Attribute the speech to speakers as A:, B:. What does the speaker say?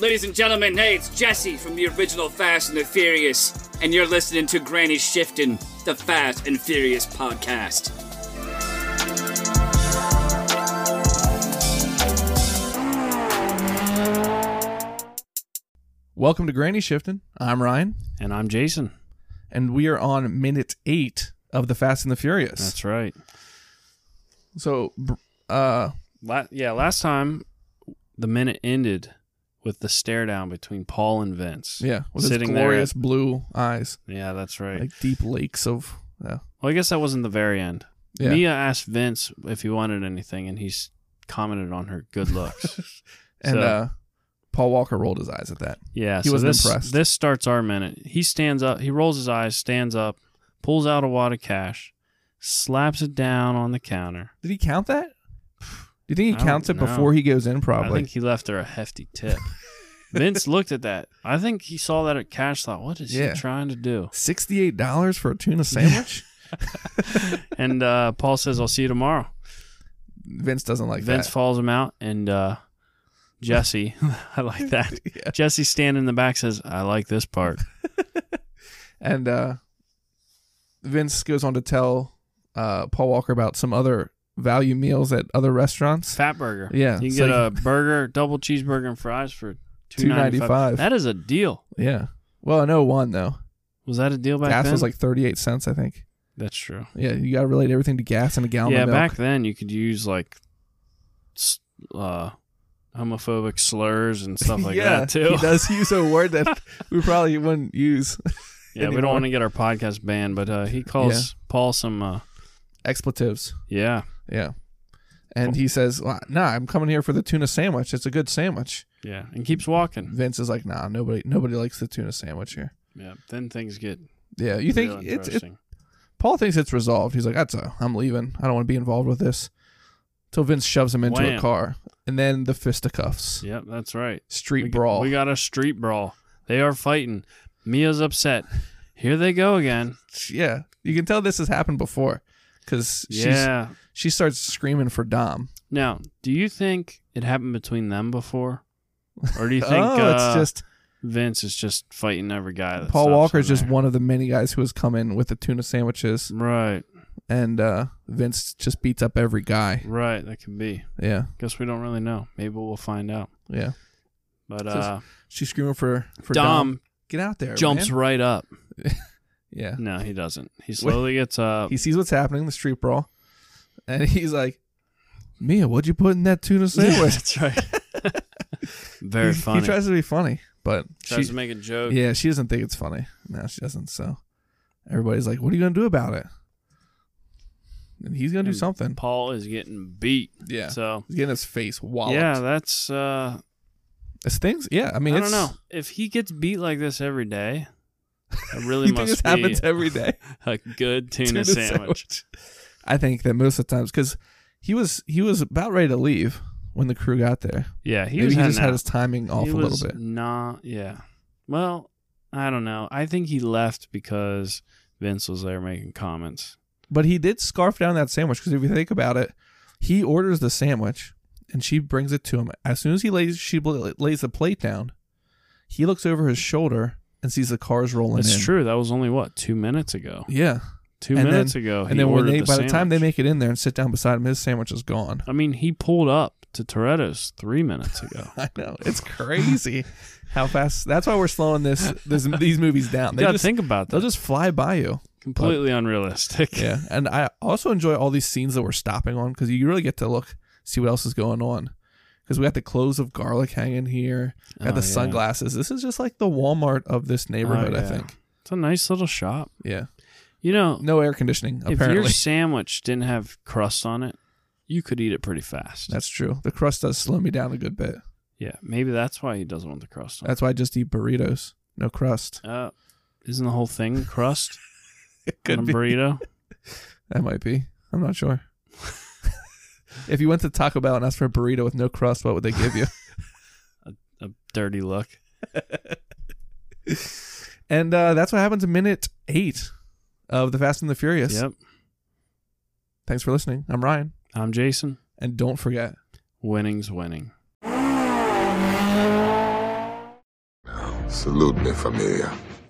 A: Ladies and gentlemen, hey, it's Jesse from the original Fast and the Furious, and you're listening to Granny Shifting, the Fast and Furious podcast.
B: Welcome to Granny Shifting. I'm Ryan,
C: And I'm Jason.
B: and we are on minute eight of the Fast and the Furious.
C: That's right.
B: So, br- uh,
C: La- yeah, last time the minute ended with the stare down between Paul and Vince.
B: yeah, with his
C: Sitting there
B: glorious blue eyes,
C: Yeah, that's right.
B: like deep lakes of. Yeah,
C: well, I guess that wasn't the very end.
B: yeah.
C: Mia asked Vince if he wanted anything, and he's commented on her good looks.
B: and
C: so-
B: uh, Paul Walker rolled his eyes at that.
C: yeah,
B: He
C: so
B: wasn't
C: this,
B: impressed.
C: This starts our minute. He stands up. He rolls his eyes, stands up, pulls out a wad of cash, slaps it down on the counter.
B: Did he count that? Do you think
C: I
B: he
C: don't
B: counts it
C: know.
B: before he goes in?
C: I
B: Probably.
C: think he left her a hefty tip. Vince looked at that. I think he saw that at cash. Thought, what is
B: Yeah.
C: he trying to do?
B: Sixty-eight dollars for a tuna sandwich.
C: And uh, Paul says, "I'll see you tomorrow."
B: Vince doesn't like
C: Vince
B: that.
C: follows him out, and uh, Jesse, I like that.
B: Yeah.
C: Jesse standing in the back says, "I like this part."
B: And uh, Vince goes on to tell uh, Paul Walker about some other value meals at other restaurants.
C: Fat burger.
B: Yeah,
C: you can
B: it's
C: get
B: like-
C: a burger, double cheeseburger, and fries for two ninety
B: $2.95.
C: five. That is a deal.
B: Yeah. Well, in 01, though,
C: Was that a deal back
B: gas
C: then?
B: was like 38 cents, I think.
C: That's true.
B: Yeah, you got to relate everything to gas and a gallon
C: yeah,
B: of milk.
C: back then you could use like s- uh, homophobic slurs and stuff like
B: yeah,
C: that too.
B: he does use a word that we probably wouldn't use.
C: Yeah, we
B: anymore.
C: don't want to get our podcast banned, but uh, he calls Paul some. Uh,
B: Expletives.
C: yeah,
B: Yeah. And he says, well, nah, I'm coming here for the tuna sandwich. It's a good sandwich.
C: yeah, and keeps walking.
B: Vince is like, nah, nobody nobody likes the tuna sandwich here.
C: Yeah, then things get.
B: Yeah, you
C: real
B: think it's, it,
C: interesting.
B: Paul thinks it's resolved. He's like, that's a, I'm leaving. I don't want to be involved with this. Till Vince shoves him into a
C: Wham.
B: car. And then the fisticuffs,
C: Yep, that's right.
B: street
C: We-
B: brawl.
C: We got a street brawl. They are fighting. Mia's upset. Here they go again.
B: yeah, you can tell this has happened before because she's
C: Yeah.
B: she starts screaming for Dom.
C: Now, do you think it happened between them before, or do you think
B: oh,
C: uh,
B: it's just
C: Vince is just fighting every guy? That
B: Paul
C: stops
B: Walker
C: him
B: is just
C: there?
B: one of the many guys who has come in with the tuna sandwiches,
C: Right,
B: and uh, Vince just beats up every guy.
C: right. That could be.
B: Yeah,
C: Guess we don't really know. Maybe we'll find out.
B: yeah.
C: But
B: It's just-
C: uh,
B: She's screaming for for Dom.
C: Dom
B: Get out there!
C: jumps
B: man.
C: right up.
B: Yeah,
C: No, he doesn't. He slowly gets up.
B: he sees what's happening, the street brawl, and he's like, "Mia, what'd you put in that tuna sandwich?"
C: That's right. Very
B: he,
C: funny.
B: He tries to be funny, but
C: Tries
B: she,
C: to make a joke.
B: Yeah, she doesn't think it's funny. No, she doesn't. So everybody's like, "What are you gonna do about it?" And he's gonna do
C: And
B: something.
C: Paul is getting beat.
B: Yeah,
C: So
B: he's getting his face walloped.
C: yeah, that's. Uh,
B: it's things. Yeah, I
C: I,
B: mean,
C: don't
B: it's,
C: know if he gets beat like this every day. It
B: You
C: really
B: think
C: must
B: this
C: be
B: happens every day?
C: a good
B: Tuna
C: tuna, sandwich.
B: I think that most of the times, because he was he was about ready to leave when the crew got there.
C: Yeah, he
B: Maybe
C: was
B: he
C: heading
B: just had
C: out.
B: his timing off
C: He
B: a
C: was
B: little bit.
C: Not yeah. Well, I don't know. I think he left because Vince was there making comments.
B: But he did scarf down that sandwich because if you think about it, he orders the sandwich and she brings it to him. As soon as he lays she bl- lays the plate down, he looks over his shoulder and sees the cars rolling
C: That's
B: in.
C: true. That was only what two minutes ago.
B: Yeah,
C: Two
B: And
C: minutes
B: then-
C: ago, he
B: and then when
C: ordered
B: they
C: the
B: by the time they
C: sandwich.
B: make it in there and sit down beside him, his sandwich is gone.
C: I mean, he pulled up to Toretto's three minutes ago.
B: I know it's crazy how fast. That's why we're slowing this, this these movies down.
C: you
B: They
C: gotta
B: just
C: think about
B: they'll
C: that.
B: just fly by you.
C: Completely unrealistic.
B: Yeah, and I also enjoy all these scenes that we're stopping on because you really get to look see what else is going on. Because we got the clothes of garlic hanging here, got
C: Oh,
B: the
C: yeah.
B: sunglasses. This is just like the Walmart of this neighborhood.
C: Oh,
B: I
C: yeah.
B: think.
C: It's a nice little shop.
B: Yeah,
C: You know,
B: no air conditioning
C: if your
B: apparently.
C: sandwich didn't have crust on it, you could eat it pretty fast.
B: That's true. The crust does slow me down a good bit.
C: yeah, maybe that's why he doesn't want the crust on.
B: That's why I just eat burritos, no crust.
C: it. Uh, isn't the whole thing crust
B: It
C: on a burrito?
B: That might be. I'm not sure. if you went to Taco Bell and asked for a burrito with no crust, what would they give you?
C: a dirty look.
B: and uh, that's what happens in minute eight of the Fast and the Furious.
C: Yep.
B: Thanks for listening. I'm Ryan.
C: I'm Jason.
B: And don't forget,
C: Winning's winning.
D: Salute me, familia.